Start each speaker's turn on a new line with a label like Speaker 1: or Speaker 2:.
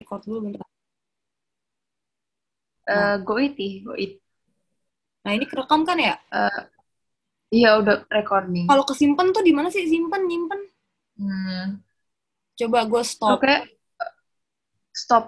Speaker 1: record dulu bentar.
Speaker 2: Eh, Goiti, Goiti.
Speaker 1: Nah, ini kerekam kan ya?
Speaker 2: Eh, iya udah recording.
Speaker 1: Kalau kesimpan tuh di mana sih? Simpan, nyimpen.
Speaker 2: Hmm.
Speaker 1: Coba gue stop.
Speaker 2: Oke. Stop